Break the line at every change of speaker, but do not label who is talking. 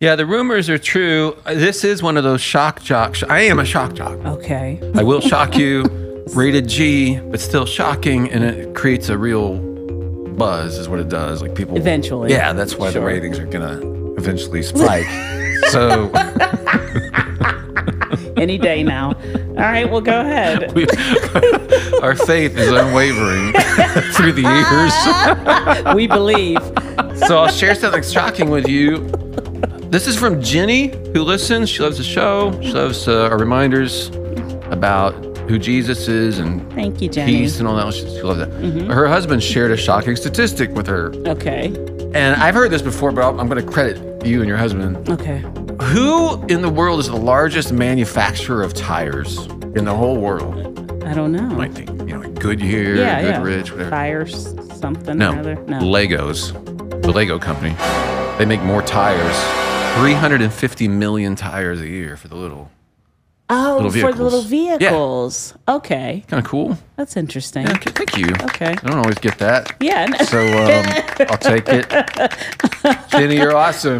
Yeah, the rumors are true. This is one of those shock jocks. I am a shock jock.
Okay.
I will shock you, rated G, but still shocking, and it creates a real buzz, is what it does. Like people.
Eventually.
Yeah, that's why the
Sure.
ratings are gonna eventually spike. so
Any day now. All right. Well, go ahead.
we, our faith is unwavering through the years.
We believe.
So I'll share something shocking with you. This is from Jenny, who listens. She loves the show. She loves uh, our reminders about who Jesus is and
Thank you, Jenny. Mm-hmm.
peace and all that. She, she loves that. Her husband shared a shocking statistic with her,
Okay.
and I've heard this before, but I'll- I'm going to credit you and your husband.
Okay.
Who in the world is the largest manufacturer of tires in the whole world?
I don't know.
I think you know, like Goodyear,
yeah. yeah.
Goodrich, whatever.
Fire s- something
No,
or other. No.
Legos, the Lego company. They make more tires. 350 million tires a year for the little.
oh,
little
for the little
vehicles. Yeah.
vehicles. Okay.
Kind of cool.
That's interesting.
Yeah, okay, thank you.
Okay.
I don't always get that.
Yeah. no-
So um, I'll take it. Jenny, you're awesome.